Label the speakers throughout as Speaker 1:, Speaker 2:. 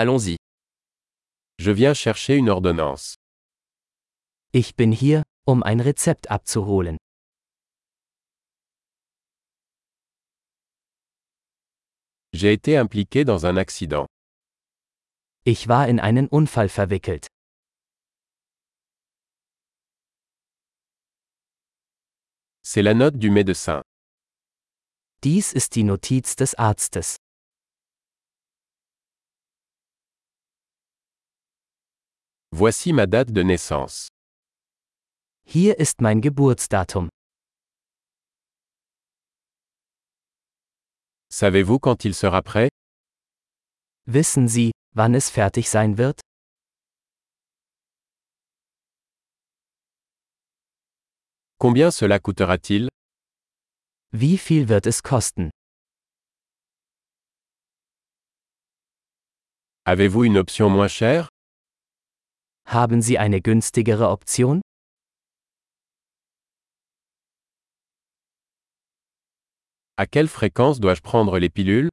Speaker 1: Allons-y. Je viens chercher une ordonnance.
Speaker 2: Ich bin hier, um ein Rezept abzuholen.
Speaker 1: J'ai été impliqué dans un accident.
Speaker 2: Ich war in einen Unfall verwickelt.
Speaker 1: C'est la note du médecin.
Speaker 2: Dies ist die Notiz des Arztes.
Speaker 1: Voici ma date de naissance.
Speaker 2: Hier ist mein Geburtsdatum.
Speaker 1: Savez-vous quand il sera prêt
Speaker 2: Wissen Sie, wann es fertig sein wird?
Speaker 1: Combien cela coûtera-t-il
Speaker 2: Wie viel wird es kosten?
Speaker 1: Avez-vous une option moins chère
Speaker 2: Haben Sie eine günstigere Option?
Speaker 1: À quelle fréquence dois-je prendre les pilules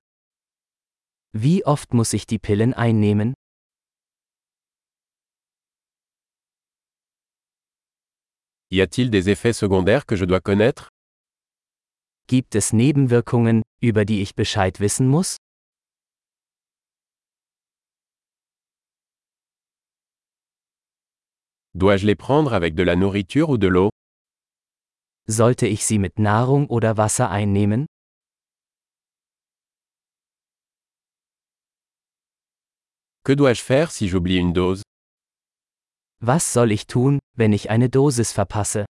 Speaker 2: Wie oft muss ich die Pillen einnehmen?
Speaker 1: Y a-t-il des effets secondaires que je dois connaître
Speaker 2: Gibt es Nebenwirkungen, über die ich Bescheid wissen muss?
Speaker 1: Dois-je les prendre avec de la nourriture ou de l'eau
Speaker 2: Sollte ich sie mit Nahrung oder Wasser einnehmen?
Speaker 1: Que dois-je faire si j'oublie une dose
Speaker 2: Was soll ich tun, wenn ich eine Dosis verpasse?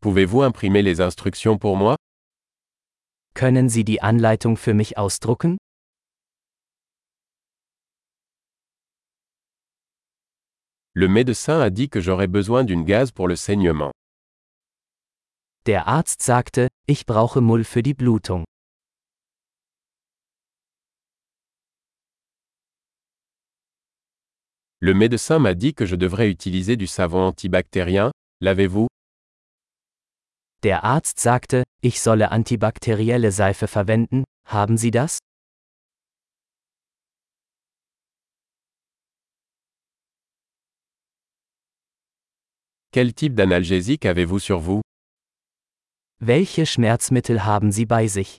Speaker 1: Pouvez-vous imprimer les instructions pour moi
Speaker 2: Können Sie die Anleitung für mich ausdrucken?
Speaker 1: Le médecin a dit que j'aurais besoin d'une gaz pour le saignement.
Speaker 2: Der Arzt sagte, ich brauche Mull für die Blutung.
Speaker 1: Le médecin m'a dit que je devrais utiliser du savon antibactérien. L'avez-vous
Speaker 2: Der Arzt sagte, ich solle antibakterielle Seife verwenden. Haben Sie das?
Speaker 1: Quel type d'analgésique avez-vous sur vous
Speaker 2: Welche Schmerzmittel haben Sie bei sich?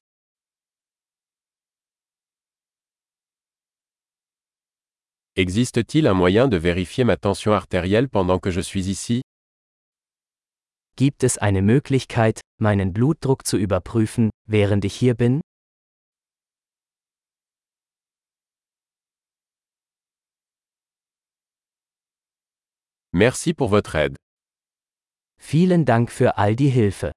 Speaker 1: Existe-t-il un moyen de vérifier ma tension artérielle pendant que je suis ici
Speaker 2: Gibt es eine Möglichkeit, meinen Blutdruck zu überprüfen, während ich hier bin?
Speaker 1: Merci pour votre aide.
Speaker 2: Vielen Dank für all die Hilfe.